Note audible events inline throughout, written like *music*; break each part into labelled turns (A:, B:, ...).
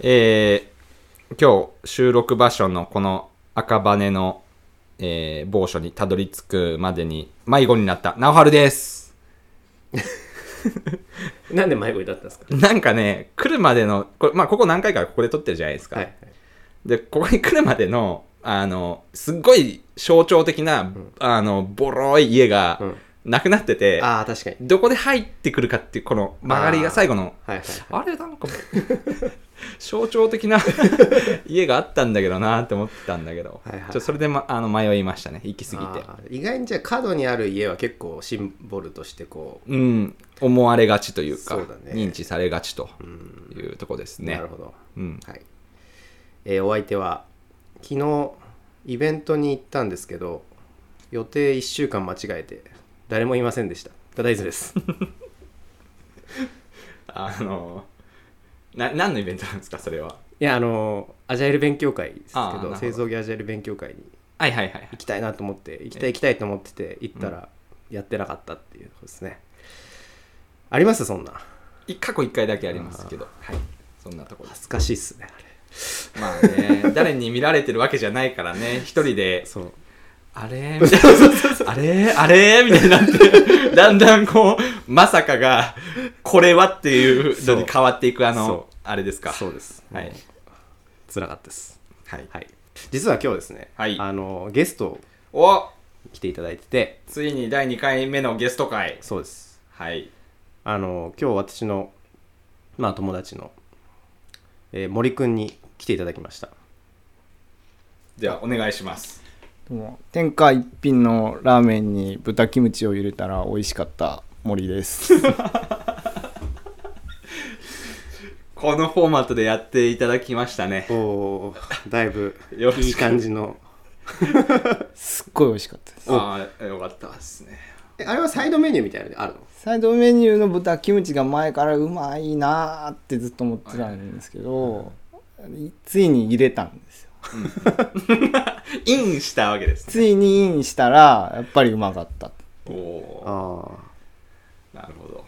A: えー今日収録場所のこの赤羽の、えー某所にたどり着くまでに迷子になった直春です
B: なんで迷子になったんですか
A: なんかね来るまでのこれ,、まあ、ここ何回かここで撮ってるじゃないですか、
B: はい。
A: でここに来るまでのあのすっごい象徴的な、あのボロい家が
B: うん
A: なくなってて、
B: ああ、確かに。
A: どこで入ってくるかっていうこの曲がりが最後の
B: はいはい。
A: あれなんか象徴的 *laughs* な家があったんだけどなって思ってたんだけど、
B: はいはい
A: ちょそれで、ま、あの迷いましたね行き過ぎて
B: あー意外にじゃあ角にある家は結構シンボルとしてこ
A: うん思われがちというか
B: そうだね
A: 認知されがちと
B: う、うん
A: いうとこですね
B: なるほど、
A: うん、
B: はいえーお相手は昨日イベントに行ったんですけど予定1週間間違えて誰もいませんでしたただいずです
A: *laughs* あのな何のイベントなんですかそれはい
B: やあのーアジャイル勉強会ですけ
A: あーなるほ
B: ど
A: ど
B: 製造業アジャイル勉強会に
A: はいはいはいはい
B: 行きたいなと思って行きたい行きたいと思ってて行ったらやってなかったっていうことですね、ありますそんない
A: 過去1回だけありますけど、はい、そんなとこです
B: 恥ずかしいっすねあ
A: まあね誰に見られてるわけじゃないからね一人で
B: れそう
A: あれみたいな。あれあれみたいにな *laughs* って、だんだんこう、まさかが、これはっていうのに変わっていく、あ
B: そ
A: の、あれですか。
B: そうです
A: はい。
B: 辛かったです
A: はい。
B: はい実は今日ですね、
A: はい
B: あのーゲスト
A: お
B: 来ていただいてて
A: ついに第2回目のゲスト会。
B: そうです
A: はい。
B: あの今日私のまあ友達の、えー森くんに来ていただきました
A: では、お願いします。
C: どうも天下一品のラーメンに豚キムチを入れたら美味しかった森です
A: *laughs* このフォーマットでやっていただきましたね。
B: おおだいぶ
A: よろしく
B: いい感じの
C: すっごい美味しかったです
A: ああ、よかったですね。
B: えあれはサイドメニューみたいなのあるの
C: サイドメニューの豚キムチが前からうまいなーってずっと思ってたんですけど、ついに入れたんですよ
A: インしたわけですね。
C: ついにインしたらやっぱりうまかった
A: おお
B: あ
A: ー。
B: あ
A: なるほど。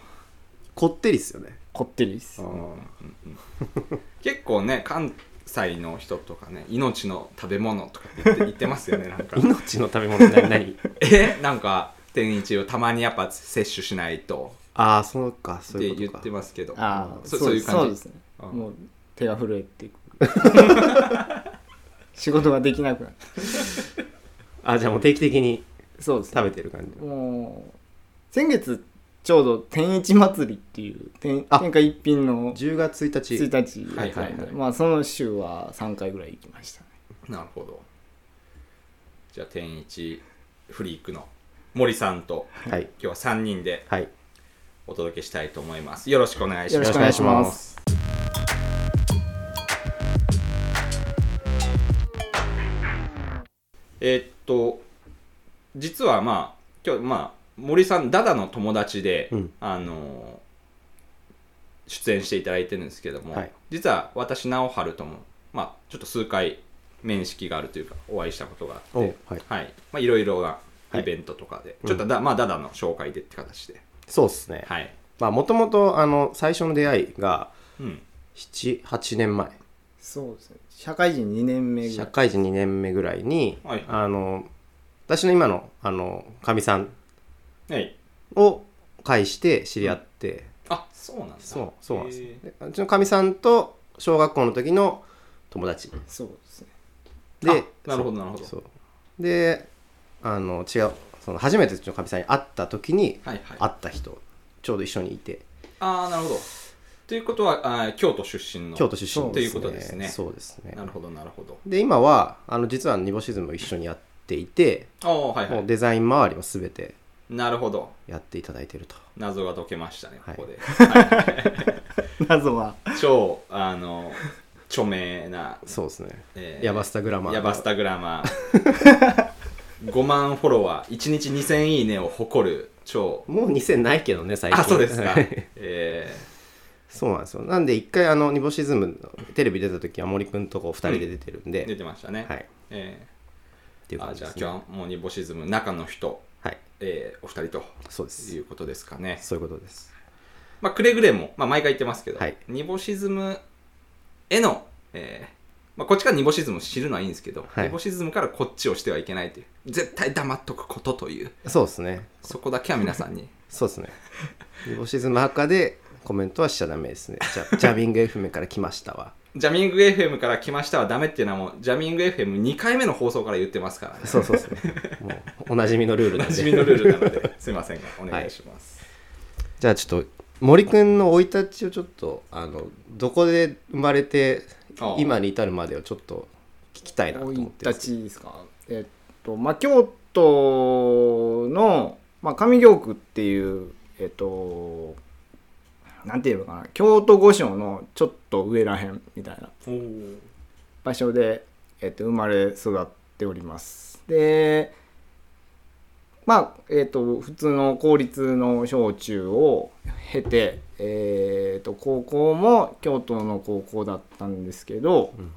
B: こってりっすよ *laughs* ね
C: こってりです
B: あ
A: うんうん
B: ー
A: うん結構ね関西の人とかね命の食べ物とかって
C: *laughs*
A: 言って言ってますよねなんか
B: 命の食べ物って何
A: えなんか天一をたまにやっぱ摂取しないと
B: ああそうか
A: っ
B: そうい
A: て
B: う
A: 言
B: こ
A: っ
B: と
A: て
B: か
A: ますけど
C: ああ
A: そそういう感じ
C: そうですね
A: あ
C: もう手が震えていく
A: *laughs*
C: 仕事ができなくなる
B: あじゃあもう定期的に
C: そうですね
B: 食べてる感じ
C: もう先月ちょうど天一祭りっていう天
B: あ
C: 天下一品の
B: 10月1日
C: 1日
A: は
C: や
A: い
C: った
A: はい
C: ん
A: はい
C: でまあその週は3回ぐらい行きましたね
A: なるほどじゃあ天一フリークの森さんと
B: はい
A: 今日は3人で
B: はい
A: お届けしたいと思いますよろしくお願いし
C: よ
A: ます
C: ろしくお願いします
A: えーっと実はまあ今日まあ森さんダダの友達で、
B: うん
A: あのー出演していただいてるんですけども、
B: はい
A: 実は私直春ともまあちょっと数回面識があるというかお会いしたことがあって
B: おうはい
A: はいまあいろいろな
B: はい
A: イベントとかで、ちょっとだ、まあダダの紹介でって形で
B: そうっすね
A: はい、
B: まあもともとあの最初の出会いが
A: うん、
B: 78年前
C: そうですね社会人2年目ぐら
B: 社
C: い
B: 会人2年目ぐらいに、
A: はい
B: あの私の今のあのかみさん
A: はい
B: を介して知り合って、
A: あそうなんだ
B: そうそうなんです
A: へ
B: よ
A: ー
B: でうちのかみさんと小学校の時の友達
C: そうですね
B: で
A: あなるほどなるほど
B: そうであの違うその初めてうちのかみさんに会った時に
A: はいはい
B: 会った人ちょうど一緒にいて
A: ああなるほどということはあー京都出身の
B: 京都出身
A: ということですね
B: そうですね
A: なるほどなるほど
B: で今はあの実はニボシズムを一緒にやっていて
A: ああはいは
B: もう
A: い
B: デザイン周りも全て
A: なるほど
B: やっていただいてると
A: 謎が解けましたねこ
B: はい
A: こで、は
C: 謎はい
A: 超あの著名な、
B: そうですね
A: え
B: ヤバスタグラマー
A: ヤバスタグラマー
B: *laughs*
A: 5万フォロワー1日2000いいねを誇る超
B: もう2000ないけどね最近
A: あそうですか
B: *laughs* はい
A: え
B: そうなんですよなんで一回あのニボシズムのテレビ出た時は森くんとこう2人で出てるんで、
A: ー、出てましたね、
B: はいっ
A: え
B: ていう
A: ー、
B: 感
A: あじ
B: じで
A: ゃあ
B: す、ね、
A: 今日はもうニボシズム中の人、
B: はい
A: えーお二人
B: そうで
A: と
B: す
A: いうことですかね
B: そういうことです
A: まあ、くれぐれも、まあ、毎回言ってますけど、
B: はい
A: ニボシズムへの、えーまあ、こっちからニボシズムを知るのはいいんですけど、
B: はい
A: ニボシズムからこっちをしてはいけないという絶対黙っとくことという
B: そうですね
A: そこだけは皆さんに *laughs*
B: そうですね煮干しズム墓でコメントはしちゃダメですねじ *laughs* ゃジャビング FM から来ましたわ
A: ジャミング FM から来ましたはダメっていうのはもうジャミング FM2 回目の放送から言ってますからね
B: そうそうですねもうおなじみのルール
A: お
B: な
A: なんじ
B: で
A: みのルールなのです *laughs* いませんがお願いします、
B: *laughs* じゃあちょっと森くんの生い立ちをちょっとあのどこで生まれて
A: ああ
B: 今に至るまでをちょっと聞きたいなと
C: 生
B: 思っ
C: い
B: てま
C: 立
B: す
C: ちですかえっとまあ京都の、まあ、上京区っていうえっとなんて言えばいいのかな京都御所のちょっと上らへんみたいな
A: おー
C: 場所で、えっと、生まれ育っておりますでまあえっと普通の公立の小中を経て、えっと高校も京都の高校だったんですけど、
B: うん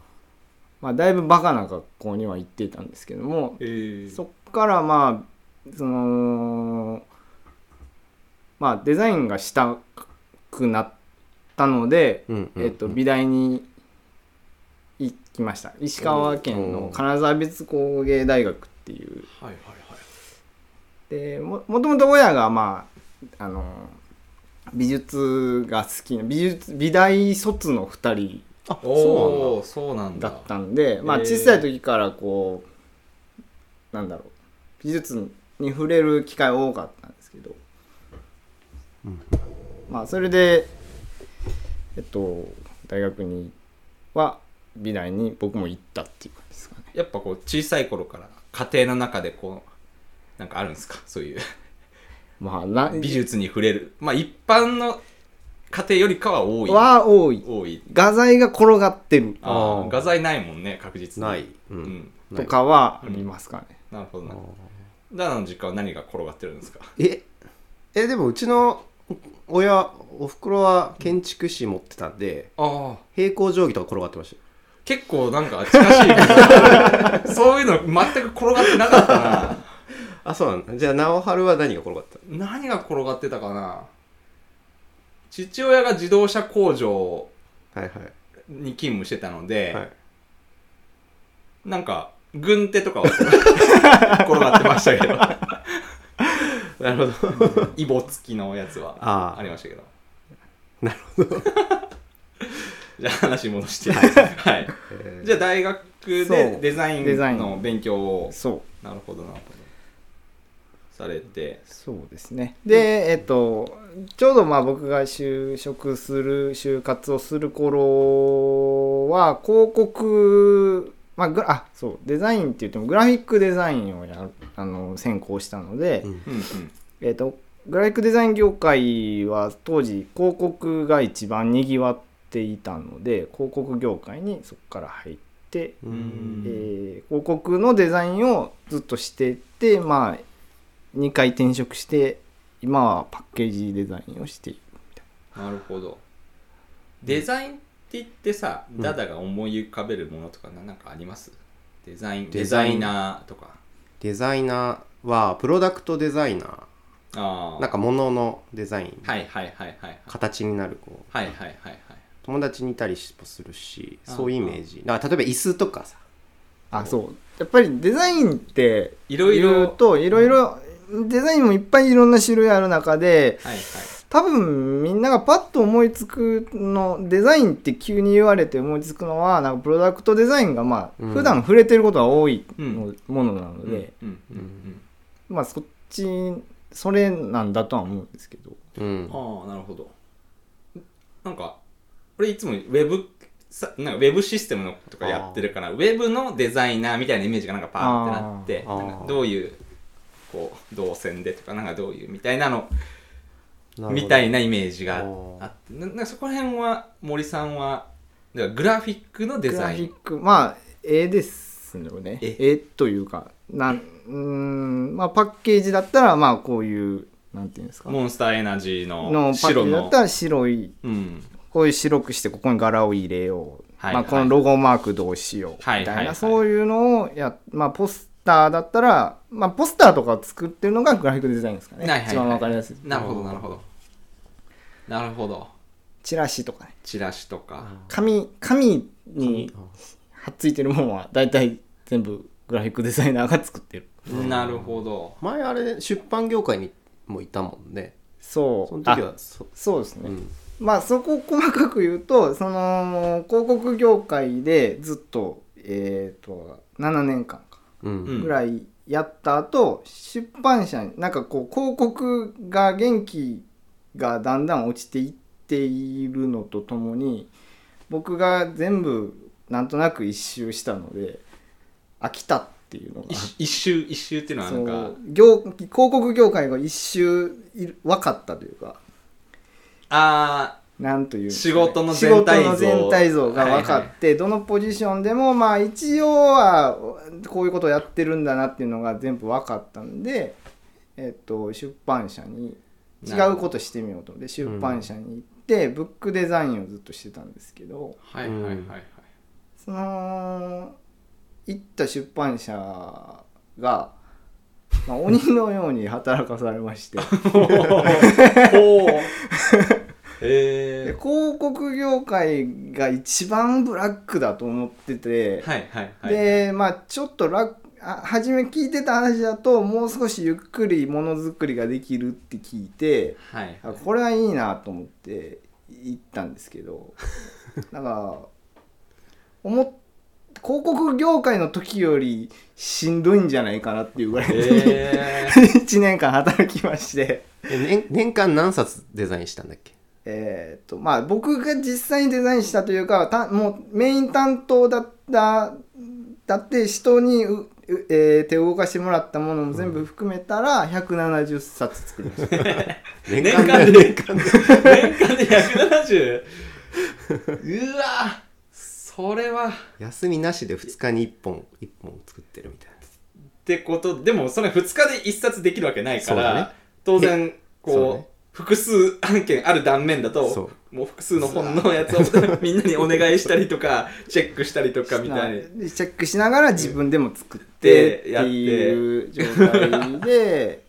C: まあ、だいぶバカな学校には行っていたんですけども
A: えー
C: そっからまあそのまあデザインがしたくなったので、
B: うんうん
C: えっと、美大に行きました石川県の金沢美術工芸大学っていう
A: はいはいはい
C: でももともと親がまああの美術が好きな美術美大卒の2人
B: あ
A: おーそうなん
C: だ
A: だ
C: ったんで、まあ、
A: へー
C: 小さい時からこうなんだろう美術に触れる機会多かったんですけど、
B: うん
C: まあそれでえっと大学には美大に僕も行ったっていう感じですかね。
A: やっぱこう小さい頃から家庭の中でこうなんかあるんですかそういう
C: まあ、な
A: 美術に触れるまあ一般の家庭よりかは多い
C: は多い
A: 多い
C: 画材が転がってる
A: あ
B: あ
A: あ
B: ー
A: 画材ないもんね確実に
B: ない、う
A: うんん
B: な
C: と
B: い
C: かはありますかね。
A: なるほど
B: あ
A: な
B: ー
A: ダナの実家は何が転がってるんですか
B: ええでもうちの親おふくろは建築士持ってたんで
A: ああ
B: 平行定規とか転がってまし
A: 結構なんか近しい *laughs* そういうの全く転がってなかったな
B: たあそうなんだじゃあ直春は何が転がった
A: 何が転がってたかな父親が自動車工場
B: はいはい
A: に勤務してたので、
B: はい
A: なんか軍手と
B: *laughs*
A: かを転がってましたけど
B: なるほど
A: イボ付きのやつは
B: あー
A: ありましたけど
B: な
A: るほど *laughs* じゃあ話戻してはい
B: えー
A: じゃあ大学
C: そ
A: で
C: う
A: デザイ
C: デザイ
A: ン
C: ン
A: の勉強を
C: そう
A: なるほどなるほどされて
C: そうですねで、えっとちょうどまあ僕が就職する就活をする頃は広告まあグラあそうデザインって言ってもグラフィックデザインをやるあの専攻したので、
B: うん
A: うんうん
C: えっとグラフィックデザイン業界は当時広告が一番にぎわっていたので広告業界にそこから入って
B: う
A: うん
B: ん
C: えー広告のデザインをずっとしてって、まあ、2回転職して今はパッケージデザインをしている
A: なるほどデザインって言ってさ、
B: ん
A: ダダが思い浮かべるものとかななんかありますデザインデ
B: デ
A: ザ
B: ザイン
A: イナーとか
B: デザイナーはプロダクトデザイナ
A: あ
B: ー
A: あ
B: なんか物のデザイン
A: はいはいはいはいはい
B: 形になるこう
A: はいはいはいはい
B: 友達にいたりもするし
A: あー
B: そういうイメージだから例えば椅子とかさ
C: あそうやっぱりデザインって
A: いろいろ
C: 言うといろいろデザインもいっぱいいろんな種類ある中で
A: はいはい
C: 多分みんながパッと思いつくのデザインって急に言われて思いつくのはなんかプロダクトデザインがまあ
B: うん
C: 普段触れてることが多いの、
A: うん
C: ものなので、
A: うんうんうん
C: まあそっちそれなんだとは思うんですけど
B: うん
A: ああなるほどなんか俺いつもウェブさなんかウェブシステムのとかやってるからウェブのデザイナーみたいなイメージがなんかパーって
B: あ
A: なっ
B: ー
A: てなんか
B: あー
A: どういうこう動線でとかなんかどういうみたいなの
B: なるほど
A: みたいなイメージが
B: あー
A: あってななんかそこら辺は森さんはだからグラフィックのデ
C: グラ
A: ザ
C: フ
A: イ
C: ィッ
A: ン
C: クまあ絵ですよね
A: 絵
C: 絵というかなんうーん、まあ、パッケージだったらまあこういうなんていうんですかの
A: モンスターエナジー
C: パ
A: の
C: ッケー
A: 白
C: ジだ
A: の
C: ったら白い
A: うん
C: こういう白くしてここに柄を入れよう、
A: はい
C: まあ、
A: はい
C: このロゴマークどうしようみ
A: は
C: た
A: い
C: いな、
A: はいはい
C: そういうのをや、まあ、ポスターだったら、まあ、ポスターとかを作ってるのがグラフィックデザインですかね、
A: はいはいはい
C: 一番わかりやすい
A: なるほどなるほどなるほど
C: チラシとかね
A: チラシとか。
C: 紙紙に
B: あ
C: はっついてるもんは大体全部グラフィックデザイナーが作ってる
A: なるほど。
B: 前あれ出版業界にもいたもんね
C: そう
B: その時は
C: あ
B: そ
C: そうですね、
B: うん
C: まあそこを細かく言うとその広告業界でずっとえっ、と7年間か
B: うん
A: うん
C: ぐらいやった後、出版社になんかこう広告が元気がだんだん落ちていっているのとともに僕が全部なんとなく一周したので飽きたっていうのが
A: 一一周、一周っていうのは
C: そ
A: なん
C: う
A: か、
C: 業広告業界が一周い分かったというか
A: あ
C: なんという
A: 仕事の全体像
C: 仕事の全体像が分かって、どのポジションでもまあ一応はこういうことをやってるんだなっていうのが全部分かったんで、えっと、出版社に違うことしてみようと思って出版社に行って、ブックデザインをずっとしてたんですけど
A: ー、はいはいはいはい。
C: その行った出版社が、まあ、鬼のように働かされ
A: *laughs*
C: まして。
A: ほう。 *laughs*
C: で
A: え
C: 広告業界が一番ブラックだと思って
A: ー。、
C: て
A: はいはいはい。
C: でまあちょっと楽あ初め聞いてた話だともう少しゆっくりものづくりができるって聞いて
A: はい。
C: あこれはいいなと思って行ったんですけ
A: *laughs*
C: どなんか思っ広告業界の時よりしんどいんじゃないかなっていうぐらい、 *laughs*
A: え *laughs* ー。
C: 1年間働きまして。
B: え年年間何冊デザインしたんだっけ
C: えー、とまあ僕が実際にデザインしたというかたもうメイン担当だっただって人にううえー手を動かしてもらったものも全部含めたら170冊作りました、
A: 年
B: 年
A: 間で、
B: で
A: 年
B: *laughs*
A: 間で、年間で 170? うわそれは。っ
B: 休みなしで2日に1本1本作ってるみたいな
A: てこと、でもそれ2日で1冊できるわけないか
B: そう
A: ら、
B: だね
A: 当然、
B: そう
A: こう、
B: だね
A: 複数案件ある断面だと
B: そ、
A: もう複数の本のやつを *laughs* みんなにお願いしたりとか、チェックしたりとかみたいに。
C: でチェックしながら自分でも作ってって
A: でやって
C: いう状
A: *laughs*
C: 態で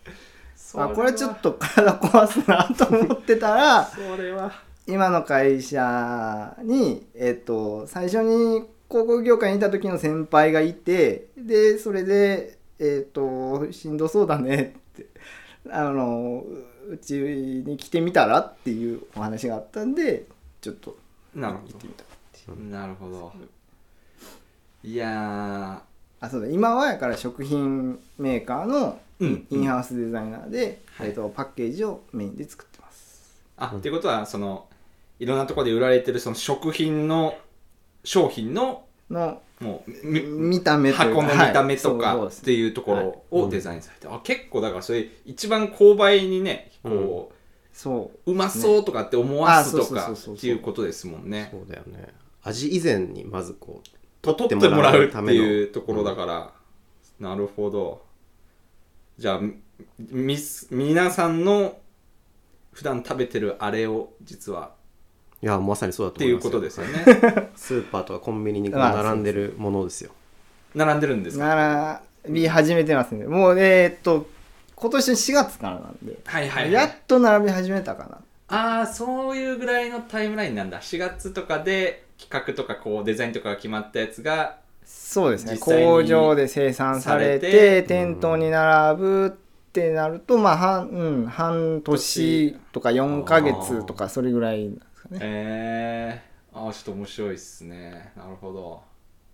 A: そ
C: あこれはちょっと体壊すなと思ってたら
A: それは。
C: 今の会社に、えっと最初に広告業界にいた時の先輩がいてでそれで、えっとしんどそうだねってあのううちに来てみたらっていうお話があったんでちょっと
A: なる
C: 行ってみた
A: ほど。なるほど。いや
C: あそうだ今はやから食品メーカーの
A: ー、うん
C: インハウスデザイナーで、
A: はい
C: えっとパッケージをメインで作ってます
A: あ、っていうことはそのいろんなところで売られてるその食品の商品の
C: の
A: もうみ
C: 見た目というか
A: 箱の見た目と
C: はい
A: か
C: そう
A: っ
C: そう
A: ていうところ
B: は
A: を
B: い
A: デザインされて、あ結構だからそれ一番購買にねこ
C: そう
A: う、うまそうとかって思わす
C: ね
A: と
C: あそう
A: か
C: そうそうそう
A: っていうことですもんね。
B: そうだよね味以前にまずこう
A: と取
B: 取
A: っ
B: ってて
A: も
B: も
A: ら
B: ら
A: う
B: う
A: って
B: ための
A: いうところだから、なるほどじゃあみみ皆さんの普段食べてるあれを実はい
B: やまさにそうだ
A: っ
B: と
A: てい
B: 思いうますよ
A: ことですよね
B: スーパーとかコンビニにこう
C: ああ
B: 並んでるものですよ
A: 並んでるんですか
C: なび始めてますねもうえーっと今年の4月から *laughs* なんで、
A: はいはい、は
C: や
A: い
C: っ、と並び始めたか
A: ああそういうぐらいのタイムラインなんだ4月とかで企画とかこうデザインとかが決まったやつが
C: なそうですね
A: 実際に
C: 工場で生産されて
A: されて
C: 店頭に並ぶってなると、まあ半,、うん、半年とか4ヶ月とかそれぐらいなんですかねだか
A: えー、ああちょっと面白いっすねなるほど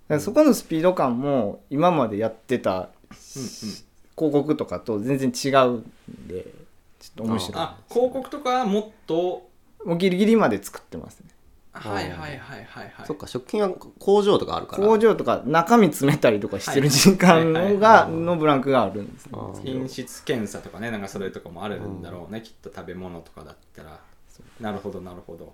C: らそこのスピード感も今までやってた
A: うんうん
C: 広告とかと全然違うんでちょっと面白
A: あ広告とかはもっと
C: いもうギリギリまで作ってますね
A: はいはいはいはいはい
B: そっか食品は工場とかあるから
C: 工場とか中身詰めたりとかしてる時
A: はい
C: 間
A: はいはい
C: の
A: は
C: が
B: い
C: のブランクがあるんですね
B: ああ
A: 品質検査とかねなんかそれとかもあるんだろうね、きっと食べ物とかだったらなるほどなるほど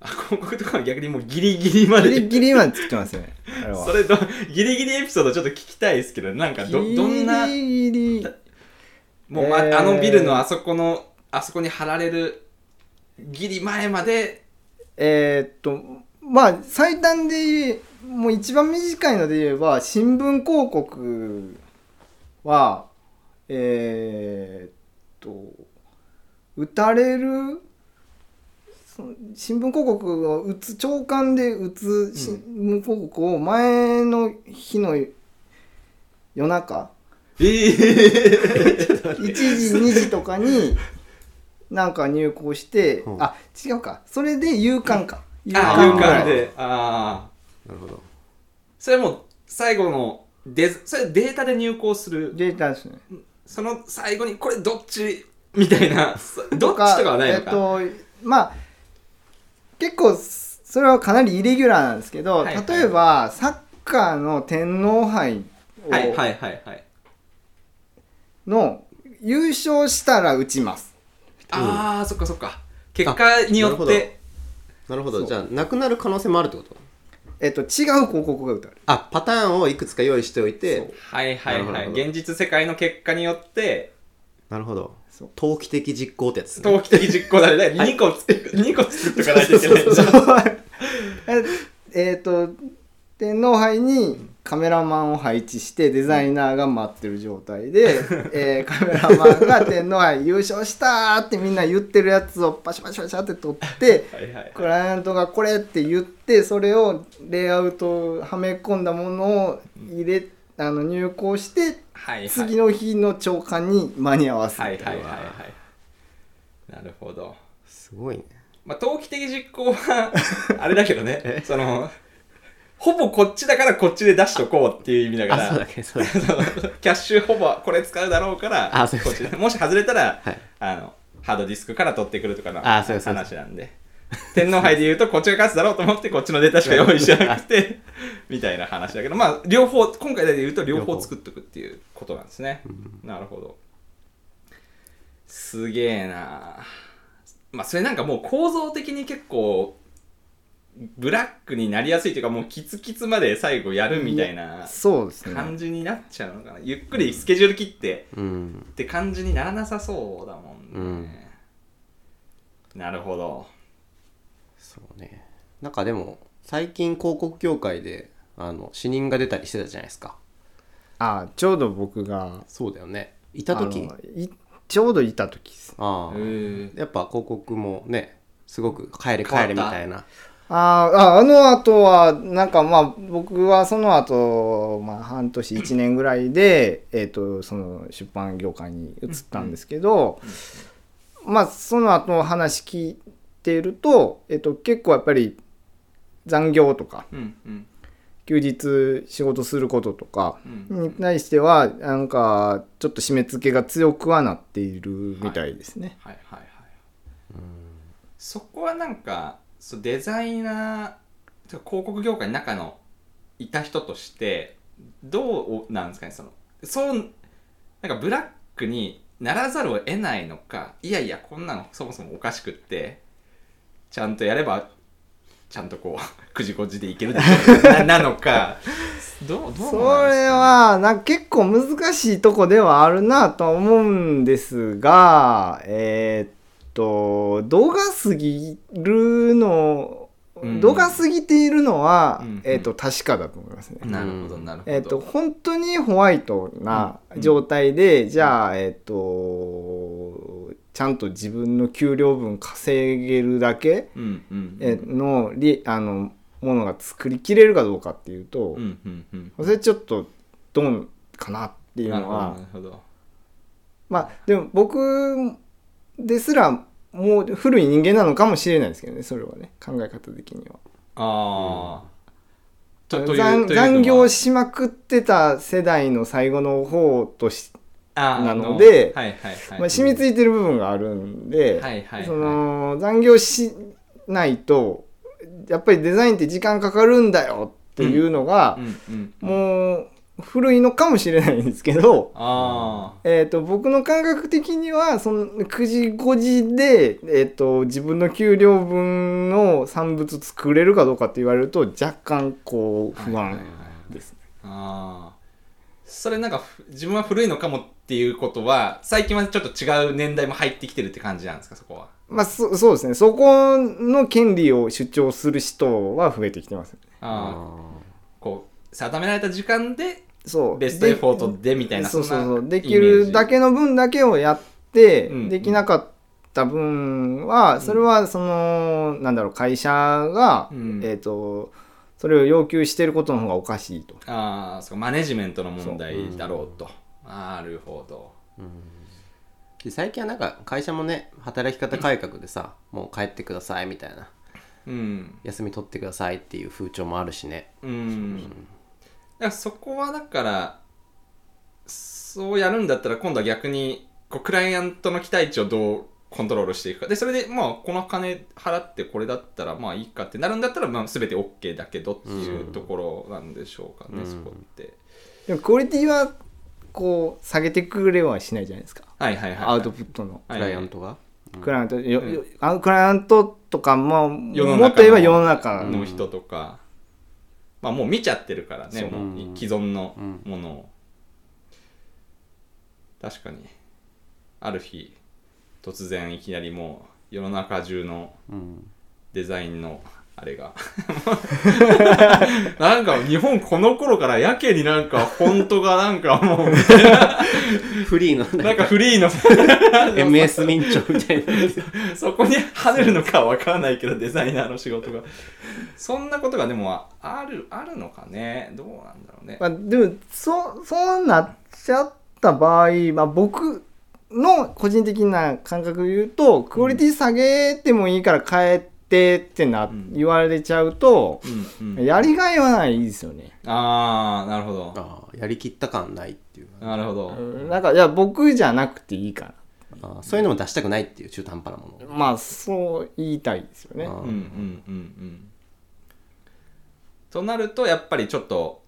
A: あ広告とかは逆にもうギリギリま
C: ギリ
A: で
C: ギリまで作ってますねあれは
A: それどギリギリエピソードちょっと聞きたいですけどなんかどどんな
C: ギリギリ
A: もう、ま
C: えー
A: あのビルのあそこのあそこに貼られるギリ前まで
C: えーっとまあ最短で言えもう一番短いので言えば新聞広告はえーっと打たれるその新聞広告を打つ朝刊で打つ新聞広告を前の日の夜中
A: ええ
C: 1時2時とかになんか入稿して、
B: うん
C: あ違うかそれで夕刊か夕
A: *laughs* あ、
B: 勇
A: 勇敢
B: 敢
C: ぐらい
A: で。ああ。
B: なるほど
A: それもう最後のデー、それデータで入稿する。
C: データですね
A: その最後に、これどっちみたいな、そ
C: *laughs*
A: どっちとかはないのか。
C: えっとまあ結構それはかなりイレギュラーなんですけど、
A: はいはい
C: 例えばサッカーの天皇杯を
A: はいはいはいはい。
C: の優勝したら打ちます
A: ああ、そっかそっか。結果によって。
B: なるほ
C: そ
B: ど
C: う
B: じゃあなくなる可能性もあるってこと
C: えっと違う広告が打たれる
B: あパターンをいくつか用意しておいて
A: はいはい
B: な
A: は
B: る
A: い。
B: ほど
A: 現実世界の結果によって、
B: なるほど
C: そう
B: 投機的実行ってやつですね
A: 投機的実行だね。2個つ、二個作っとかないといけない。
C: そうえっと天皇杯にカメラマンを配置してデザイナーが待ってる状態
A: *laughs*
C: で、えーカメラマンが天皇杯優勝したーってみんな言ってるやつをパシャパシャパシャって撮って
A: はいはい
C: クライアントがこれって言ってそれをレイアウトはめ込んだものを入れあの入稿して
A: はいはい。
C: 次の日の朝刊に間に合わせ
A: はい
C: る
A: はいはいはい。なるほど。
B: すごいね
A: まあ、投機的実行はあれだけど
B: *laughs*
A: ねそのほぼこっちだからこっちで出しとこうっていう意味だか
B: あそうだ
A: ら
B: っけそうだっ
A: *laughs*
B: け
A: そのキャッシュほぼこれ使うだろうから
B: あそういう
A: こ
B: こ
A: っ
B: と
A: ちでもし外れたら、
B: はい
A: あのハードディスクから取ってくるとかの
B: あそうそうそう
A: 話なんで天皇杯で言うとこっちが勝つだろうと思ってこっちのデータしか用意してなく
B: *laughs*
A: てみたいな話だけどまあ両方今回で言うと両方作っとくっていうことなんですねなるほどすげえなまあそれなんかもう構造的に結構ブラックになりやすいというかもうキツキツまで最後やるみたいな
C: そうですね
A: 感じになっちゃうのかなゆっくりスケジュール切って
B: うん
A: って感じにならなさそうだもんね、なるほど
B: そうねなんかでも最近広告業界であの死人が出たりしてたじゃないですか
C: あちょうど僕が
B: そうだよねいた時
C: あのいちょうどいた時です
B: ああやっぱ広告もねすごく帰れ帰れみたいな
C: あーああの後はなんかまあ僕はその後、まあ半年1年ぐらいで、えー、とその出版業界に移ったんですけど、まあその後の話聞いてると,、えー、と結構やっぱり残業とか
A: うんうん
C: 休日仕事することとか
A: うん
C: に対してはなんかちょっと締め付けが強くはなっているみたいですね。
A: はいはいはいそこはなんかそうデザイナーとか広告業界の中のいた人としてどうなんですかねそのそうなんかブラックにならざるを得ないのかいやいやこんなのそもそもおかしくってちゃんとやればちゃんとこう *laughs* くじこじでいけるでしょな *laughs* なのかどうどうなんですかね
C: それはなんか結構難しいとこではあるなとは思うんですがえーっと度が過ぎるの、
A: うん
C: 度が過ぎているのは、
A: うん
C: えーっと確かだと思いますね。
A: なるほどなるほど、
C: えーっと本当にホワイトな状態で、じゃあえーっとちゃんと自分の給料分稼げるだけ
A: うんうん
C: えーのりあのものが作りきれるかどうかっていうと。
A: うんうんうん
C: それちょっとどうかなっていう
A: なる
C: の
A: ほどな
C: は
A: るほど
C: まあでも僕ですらもう古い人間なのかもしれないですけどねそれはね考え方的には
A: ああ、とという
C: 残
A: というのは
C: 残業しまくってた世代の最後の方とし、
A: あー
C: なので
A: あはいはいはい、
C: まあ、染みついてる部分があるんで、
A: はいはいはい
C: その残業しないとやっぱりデザインって時間かかるんだよっていうのが
A: う、んうん、
C: もう古いのかもしれないんですけど、
A: あ
C: えー、と僕の感覚的にはその9時5時で、えー、と自分の給料分の産物作れるかどうかって言われると若干こう
A: あ
C: 不
A: はいはいはい
C: 安ですね。
A: ああそれなんかふ自分は古いのかもっていうことは最近はちょっと違う年代も入ってきてるって感じなんですかそこは
C: まあそそうですねそこの権利を主張する人は増えてきてます。
A: ああこう定められた時間で
C: そう
A: ベストエフォートで
C: で
A: みたいな
C: そうそうそう
A: な
C: できるだけの分だけをやって、
A: うん
C: できなかっった分はそれはその、なんだろう会社が、
A: うん
C: えっ、とそれを要求していることの方がおかしいと。
A: ああそうかマネジメントの問題だろうとなるほど
B: で最近はなんか会社もね働き方改革でさもう帰ってくださいみたいな
A: うん
B: 休み取ってくださいっていう風潮もあるしね
A: うんだからそこはだからそうやるんだったら今度は逆にこうクライアントの期待値をどうコントロールしていくかでそれでまあこの金払ってこれだったらまあいいかってなるんだったらまあ全て OK だけどっていうところなんでしょうかね、
B: うん
A: そこって
C: でもクオリティはこう下げてくれはしないじゃないですか、
A: はいはいはい、
C: アウトプットの。
B: クライアントが、
C: クライアント、よ
A: うん
C: よあのクライアントとかも
A: 世の中の
C: もっと言えば世の中
A: の人とか、まあもう見ちゃってるからね
C: そう
A: もう
B: うん
A: 既存のものを、確かにある日突然いきなりもう世の中中の
B: うん
A: デザインのあれが *laughs* なんか日本この頃からやけになんかフォントがなんかも
C: *laughs*
A: う
B: フリーの
A: な *laughs*
B: なんん
A: か
B: か
A: フリーの
B: MS 民調みたいな
A: そこに跳ねるのかわからないけどデザイナーの仕事がそんなことがでもあるあるのかねどうなんだろうね
C: まあ、でもそそうなっちゃった場合、まあ、僕の個人的な感覚で言うとクオリティ下げてもいいから変えてってな、
A: ん
C: 言われちゃうと、
A: うんうん、
C: やりがいはないですよね。
A: ああなるほど
B: あーやりきった感ないっていう
A: なるほど、
C: なんかいや僕じゃなくていいか
B: あーそういうのも出したくないっていう中途半端なもの
C: らまあそう言いたいですよね。
A: う
B: あ
A: んうんうんうんとなるとやっぱりちょっと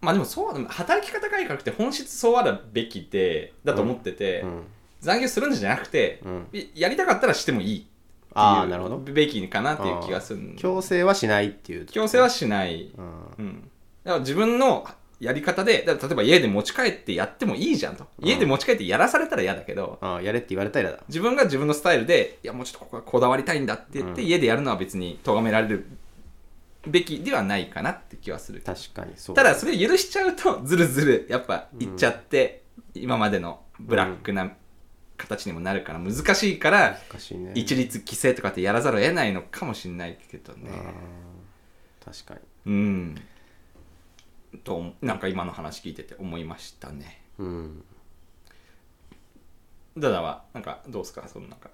A: まあでもそうでも働き方改革って本質そうあるべきでだと思ってて、
B: ーうん
A: 残業するんじゃなくて、
B: うん
A: いやりたかったらしてもいいって
B: あ
A: い
B: ーなるほど
A: うべきかなっていう気がするんで
B: 強制はしないっていう
A: 強制はしない、
B: うん
A: うん、だから自分のやり方でだから例えば家で持ち帰ってやってもいいじゃんと家で持ち帰ってやらされたら嫌だけど、
B: あーやれって言われたらだ
A: 自分が自分のスタイルでいやもうちょっとここはこだわりたいんだって言って、
B: うん
A: 家でやるのは別に咎められるべきではないかなって気はするた
B: 確かにそう
A: だそれ許しちゃうとずるずるやっぱいっちゃって、今までのブラックな形にもなるから難しいから、
B: 難しいね
A: 一律規制とかってやらざるを得ないのかもしれないけど
B: あ
A: ね
B: ー確かに
A: うんとなんか今の話聞いてて思いましたね
B: うん
A: ダダはなんかどうですかそのなんか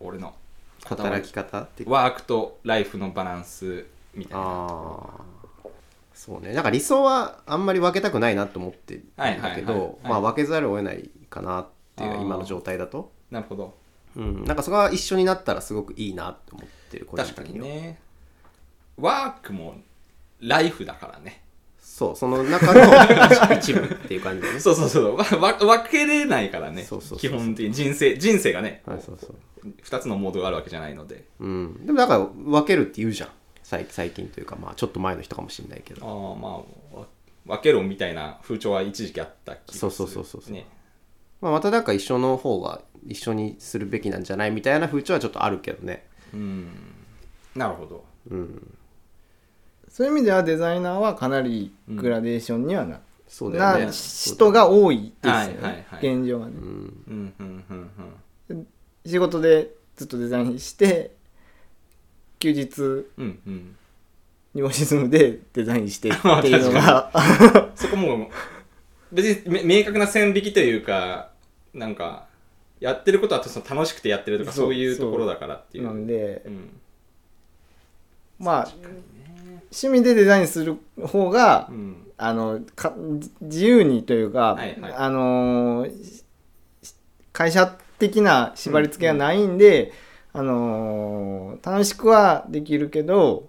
A: 俺のこだわり
B: 働き方って
A: ワークとライフのバランスみたいな。
B: ああそうねなんか理想はあんまり分けたくないなと思ってるん
A: はいはいは
B: だ
A: い
B: けど
A: はい
B: まあ分けざるを得ないかなっていう
A: あー
B: 今の状態だと
A: なるほど。
B: うんなんかそこが一緒になったらすごくいいなって思ってる個人
A: 確
B: 的
A: か
B: は
A: にね。ワークもライフだからね。
B: そうその
A: *laughs*
B: 中の一部っていう感じだね
A: そうそうそう。 *laughs* わわ分けれないからね。
B: そうそうそう
A: 基本的に人生、人生がね、
B: はいそうそう
A: 2つのモードがあるわけじゃないので。
B: うん、でもだから分けるって言うじゃん最最近というかまあちょっと前の人かもしれないけ
A: あ
B: ど
A: あ、まあ、わ分けろみたいな風潮は一時期あった気がする。
B: そうそうそうそうそう
A: ね。
B: まあ、またなんか一緒の方が一緒にするべきなんじゃないみたいな風潮はちょっとあるけどね
A: うん。なるほど。
B: うん
C: そういう意味ではデザイナーはかなりグラデーションにはな,、
B: そうだよ
C: な
B: ね
C: 人が多いですよね、
A: はいはいはい
C: 現状はね。
B: うん
A: うん、うん、うん、うん。
C: 仕事でずっとデザインして休日
A: うん、うん。
C: にオシズムでデザインしてっていうのが
A: そこもう、別にめ明確な線引きというか、なんか、やってることはその楽しくてやってるとか、
C: そう
A: そういうところだからってい
C: *laughs* な
A: う。
C: んで
A: うん
C: まあ趣味でデザインする方が、
A: うん
C: あのか自由にというか、
A: はいはい
C: あのーし会社的な縛り付けがないんで、あのー楽しくはできるけど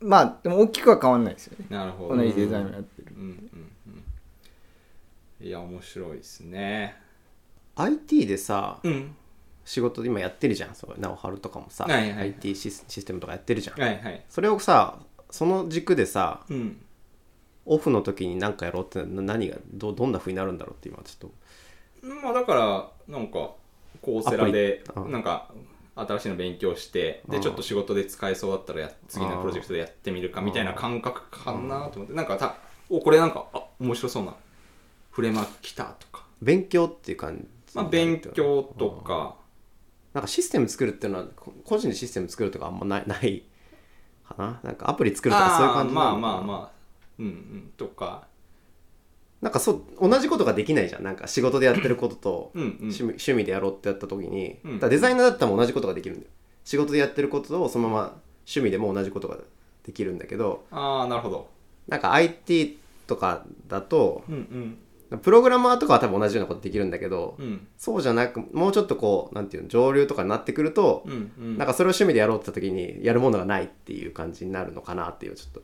C: まあでも大きくは変わんないですよね
A: なるほど。
C: 同
A: うん
C: じデザインをやってる。
A: うんうんいや、面白いですね。
B: IT でさ
A: うん。
B: 仕事で今やってるじゃんそう直春とかもさ、
A: はいはいはい
B: IT シスシステムとかやってるじゃん、
A: はいはい。
B: それをさその軸でさ
A: うん。
B: オフの時に何かやろうってな何がどどんな風になるんだろうって今ちょっ
A: まあ、だから、なんか、コーセラで
B: アプリ、うん
A: なんか、新しいの勉強して、で、
B: うん
A: ちょっと仕事で使えそうだったらや、次のプロジェクトでやってみるかみたいな感覚かなと思って、なんかた、お、これなんか、あ、面白そうな、フレマーク来たとか。
B: と勉強っていう感
A: まあ、勉強とか、
B: なんかシステム作るっていうのはこ個人でシステム作るとかあんまないないかななんかアプリ作るとかそういう
A: ああ
B: 感
A: ー
B: じ
A: まあ
B: なのかな
A: まあまあうんうんとか
B: なんかそう同じことができないじゃんなんか仕事でやってることと
A: うんうん
B: 趣味,、趣味でやろうってやった時に、
A: うん
B: だからデザイナーだったらもう同じことができるんだよ仕事でやってることをそのまま趣味でも同じことができるんだけど
A: ああなるほど
B: なんか IT とかだと
A: うんうん
B: プログラマーとかは多分同じようなことできるんだけど、
A: うん
B: そうじゃなくもうちょっとこうなんていうの上流とかになってくると、
A: うんうん
B: なんかそれを趣味でやろうって言った時にやるものがないっていう感じになるのかなっていうちょっと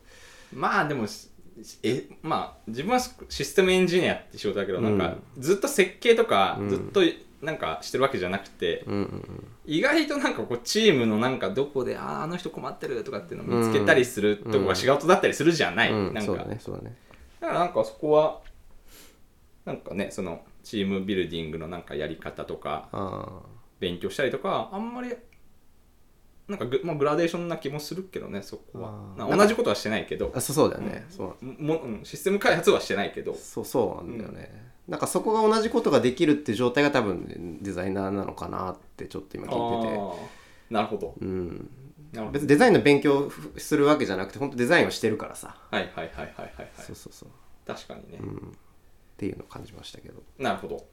A: まあでもしえまあ自分はシステムエンジニアって仕事だけど、なんかずっと設計とか、
B: うん
A: ずっとなんかしてるわけじゃなくて、
B: うんうん
A: 意外となんかこうチームのなんかどこであーあの人困ってるとかっていうのを見つけたりするとこが仕事だったりするじゃない、
B: うん、
A: なんか
B: そうだねそうだね
A: だからなんかそこはなんかねそのチームビルディングのなんかやり方とか
B: あ
A: 勉強したりとかあんまりなんかグ,、まあ、グラデーションな気もするけどねそこは
B: あー
A: な同じことはしてないけど
B: ーあそうそうだよね、そう
A: もうんシステム開発はしてないけど
B: そうそうなんだよね、なんかそこが同じことができるっていう状態が多分デザイナーなのかなってちょっと今聞いてて
A: あーなるほど
B: うん
A: なるほど
B: 別にデザインの勉強をするわけじゃなくて本当デザインをしてるからさ、
A: はいはいはいはいはいはい
B: そうそうそう、
A: 確かにね、
B: うん、っていうのを感じましたけど
A: なるほど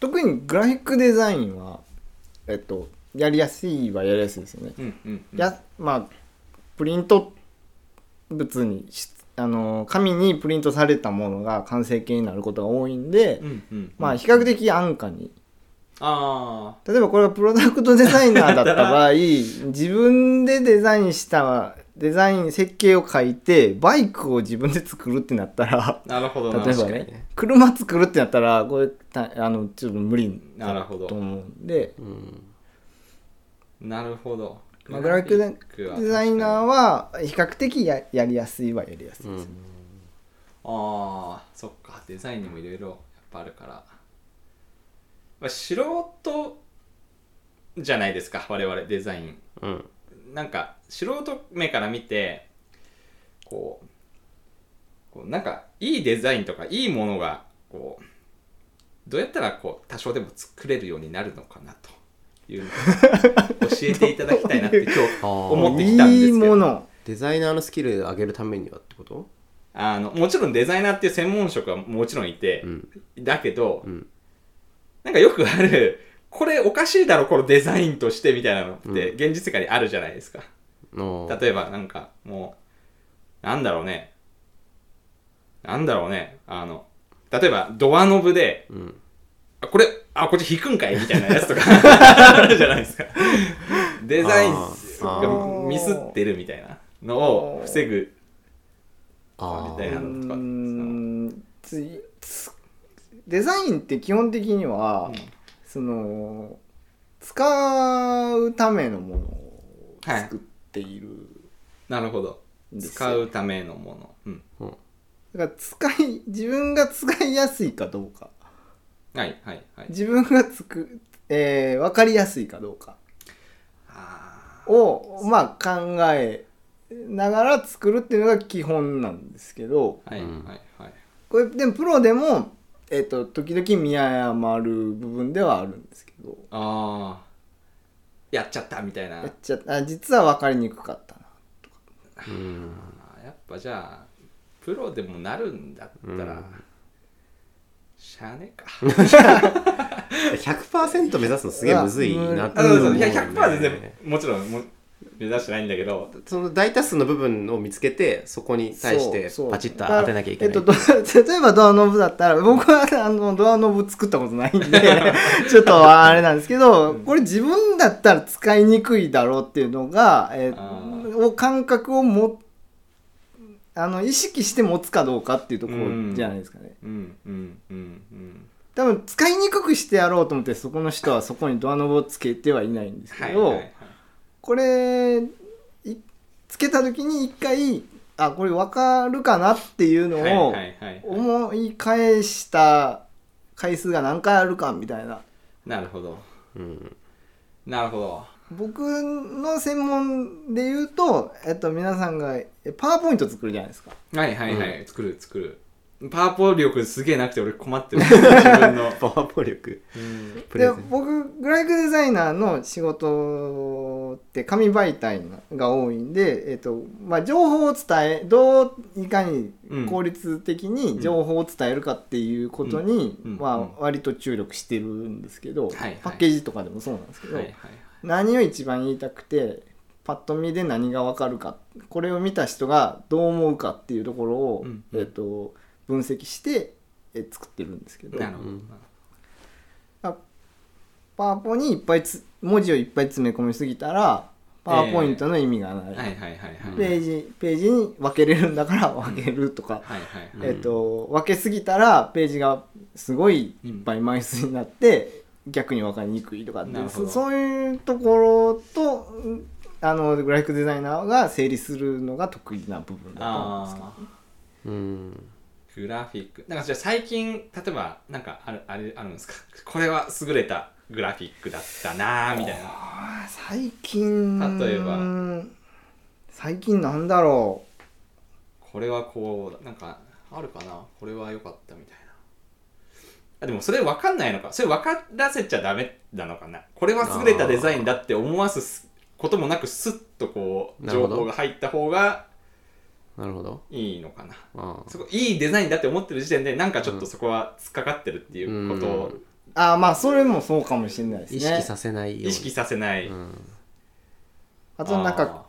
C: 特にグラフィックデザインは、えっと、やりやすいはやりやすいですよね。
A: うんうんうん
C: やまあプリント物にしあの紙にプリントされたものが完成形になることが多いんで、
A: うんうん
C: まあ比較的安価に
A: あ
C: 例えばこれがプロダクトデザイナーだった場
A: *laughs*
C: 合自分でデザインしたデザイン設計を書いてバイクを自分で作るってなったら
A: あなるほどな
C: 例えば
A: 確か
C: ね
A: に
C: 車作るってなったらこれたあのちょっと無理
A: なるほ
C: だと
A: ど
C: 思うんで、
B: うん
A: なるほど
C: まあ、グラフィックデ
A: グラフィックは
C: デザイナーは比較的ややりやすいはやりやすいで
B: う
C: すね。
B: ん
A: あーそっかデザインにもいろいろやっぱあるから、まあ、素人じゃないですか我々デザイン
B: うん
A: なんか素人目から見てこうこうなんかいいデザインとかいいものがこうどうやったらこう多少でも作れるようになるのかなというのを教えていただきたいなって今日
B: あー
A: 思ってきたんですけど
C: いいもの
B: デザイナーのスキルを上げるためにはってこと
A: あのもちろんデザイナーっていう専門職はもちろんいて、
B: うん
A: だけど、
B: うん
A: なんかよくある、これおかしいだろ、このデザインとしてみたいなのって、
B: うん
A: 現実世界にあるじゃないですか。
B: の
A: 例えば、なんかもう、なんだろうね。なんだろうね。あの、例えば、ドアノブで、
B: うん
A: あこれ、あ、こっち引くんかいみたいなやつとか、あるじゃないですか。デザイン
B: あーあ
A: が
C: ー
A: ミスってるみたいなのを防ぐ。
B: あ
A: みたいな
B: ー
A: のとか
C: うーんついつデザインって基本的には、その使うためのものを
A: はい
C: 作。っているん
A: なるほど。
C: です
A: 使
C: よ、
A: うためのもの。うん。
C: だから使い自分が使いやすいかどうか
A: はいはいはい。
C: 自分がつく、えー、分かりやすいかどうか
A: あー
C: をまあ考えながら作るっていうのが基本なんですけど
A: はいは
B: うん
A: いはい。
C: これでもプロでも、えー、と時々見誤る部分ではあるんですけど
A: ああやっちゃったみたいなあ
C: やっちゃあ実は分かりにくかったな
B: うん
A: ーやっぱじゃあプロでもなるんだったら、
B: うん
A: しゃあねえか
B: 100%目指すのすげえむずいなって
A: あ
B: 思
A: そううそう
B: ね
A: いや100%は全然もちろんも目指してないんだけど
B: その大多数の部分を見つけてそこに対して
C: そうそう
B: パチッと当てなきゃいけない
C: だからえっと、ど *laughs* 例えばドアノブだったら僕はあのドアノブ作ったことないんで *laughs* ちょっとあれなんですけどこれ自分だったら使いにくいだろうっていうのが、え
A: あ
C: を感覚をもあの意識して持つかどうかっていうところじゃないですかね。
A: うんうんうんうん
C: 多分使いにくくしてやろうと思ってそこの人はそこにドアノブをつけてはいないんです
A: は
C: け
A: い
C: ど、
A: はいはい
C: これいつけた時に一回あこれ分かるかなっていうの
A: はい
C: を
A: はいはいはい
C: 思い返した回数が何回あるかみたいな
A: なるほど
B: うん
A: なるほど
C: 僕の専門で言うと、えっと、皆さんがえパワーポイント作るじゃないですか
A: はいはいはい、作る作るパワポ力すげえなくて俺困ってる。自分の。
B: パワポ力
A: うん
B: プレ
C: で
B: ゼン
C: 僕グラフィックデザイナーの仕事って紙媒体が多いんで、えっとまあ、情報を伝えどういかに
A: うん
C: 効率的に情報を伝えるかっていうことに、
A: うんうん
C: まあ、割と注力してるんですけど、
A: いはい
C: パッケージとかでもそうなんですけど、
A: はいはい。
C: 何を一番言いたくてパッと見で何がわかるかこれを見た人がどう思うかっていうところを、
A: うん
C: えっと分析してえ作ってるんですけど。
A: なるほど。
B: うん
C: パワポにいっぱいつ文字をいっぱい詰め込みすぎたらパワーポイントの意味がない、
A: はいはいはいはい。
C: ページページに分けれるんだから分けるとか、
A: はいはい
B: うん
A: はい。
C: えっ、と分けすぎたらページがすごいいっぱい枚数になって、逆に分かりにくいとかって
A: なるほ
C: そ
A: ど
C: そういうところとうんあのグラフィックデザイナーが整理するのが得意な部分だと思うんですけど
A: ああ。
B: うん
A: グラフィック。なんかじゃあ最近、例えば、なんかある、あれ、あるんですかこれは優れたグラフィックだったなーみたいな。
C: あー最近
A: 例えば
C: 最近なんだろう
A: これはこうだ、なんか、あるかなこれは良かったみたいな。あ、でもそれ分かんないのか。それ分からせちゃダメなのかなこれは優れたデザインだって思わすすこともなく、スッとこう、
B: なるほ
A: 情
B: ど
A: 報が入った方が
B: なるほど
A: いいのかな。
B: ああ
A: そこいいデザインだって思ってる時点でなんかちょっとそこは突っかかってるっていうことを
B: うん
C: ああまあそれもそうかもしれないですね
B: 意識させないように
A: 意識させない、
B: うん
C: あとなんか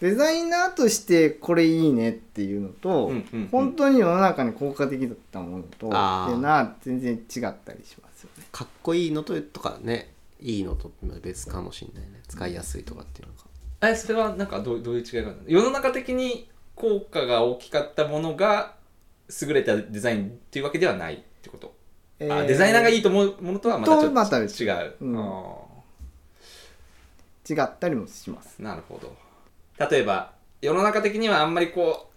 C: デザイナーとしてこれいいねっていうの
A: あー
C: と、
A: うんうんうん
C: 本当に世の中に効果的だったものと
B: あー
C: ってな全然違ったりしますよね
B: かっこいいのととかねいいのと別かもしれないね使いやすいとかっていうのが
A: えそれはなんかどうどういう違いがあるの世の中的に効果が大きかったものが優れたデザインっていうわけではないってこと、
C: え
A: あデザイナーがい
C: い
A: いと思うものとはまたちょっ
C: とまた
A: 違う、
C: うん
A: あ
C: 違ったりもします
A: ーなるほど例えば世の中的にはあんまりこ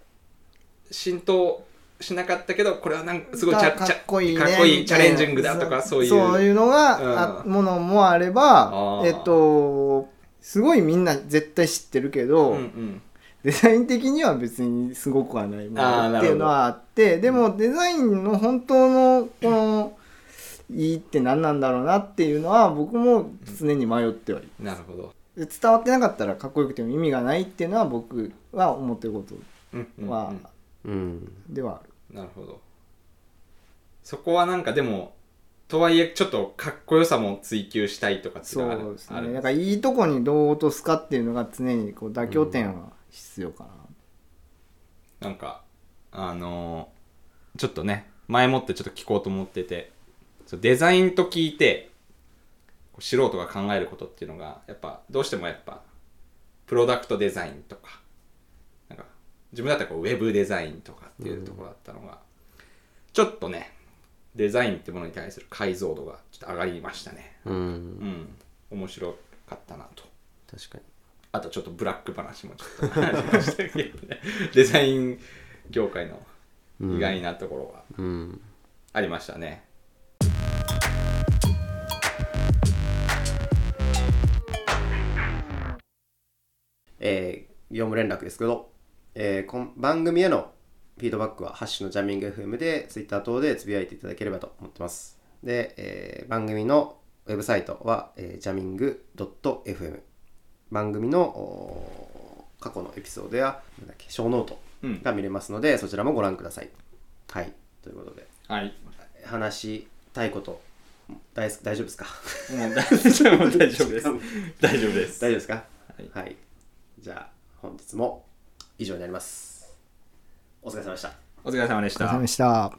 A: う浸透しなかったけどこれはなんかすごいチャ
C: か
A: チ
C: かっ
A: ャ
C: こいいね
A: かっこいい
C: み
A: チ
C: た
A: ャ
C: いな
A: レンジングだとかそういう
C: そういうのが、
A: うん
C: あものもあれ
A: あ
C: ば
A: ー
C: えっとすごいみんな絶対知ってるけど、
A: うんうん
C: デザイン的には別にすごくはないも
A: あー
C: の
A: なる
C: って
A: ほ
C: い
A: ど
C: うのはあってでもデザインの本当のこのいいって何なんだろうなっていうのは僕も常に迷ってはいる
A: なるほど、
C: で伝わってなかったらかっこよくても意味がないっていうのは僕は思ってるこ
A: うんうんう
C: と
A: ん
C: は
B: うん
C: ではある
A: なるほどそこはなんかでもとはいえちょっとかっこよさも追求したいとかってい
C: そう
A: のはあ
C: う
A: る
C: です
A: ある
C: ねだからいいとこにどう落とすかっていうのが常にこう妥協点は必要かな、
A: なんかあのーちょっとね前もってちょっと聞こうと思っててそうデザインと聞いてこう素人が考えることっていうのがやっぱどうしてもやっぱプロダクトデザインとかなんか自分だったらこうウェブデザインとかっていうところだったのが、ちょっとねデザインってものに対する解像度がちょっと上がりましたね
B: うん
A: うん面白かったなと
B: 確かに
A: あとちょっとブラック話もちょっと話しましたけどね *laughs* デザイン業界の意外なところが
B: うん
A: ありましたね、
B: えー業務連絡ですけど、えーこん番組へのフィードバックは「ハッシュのジャミング FM」で Twitter 等でつぶやいていただければと思ってますで、えー番組のウェブサイトは、えー、ジャミング .fm 番組のおー過去のエピソードやなんだっけショーノート
A: うん
B: が見れますのでそちらもご覧くださいはいということで
A: はい
B: 話したいこと大す大丈夫ですか
A: もう大丈夫 *laughs* 大丈夫です大丈夫です
B: 大丈夫ですか
A: はい
B: はい、じゃあ本日も以上になりますお疲れ様でした
A: お疲れ様でし
C: お疲れ
A: た
C: 様でした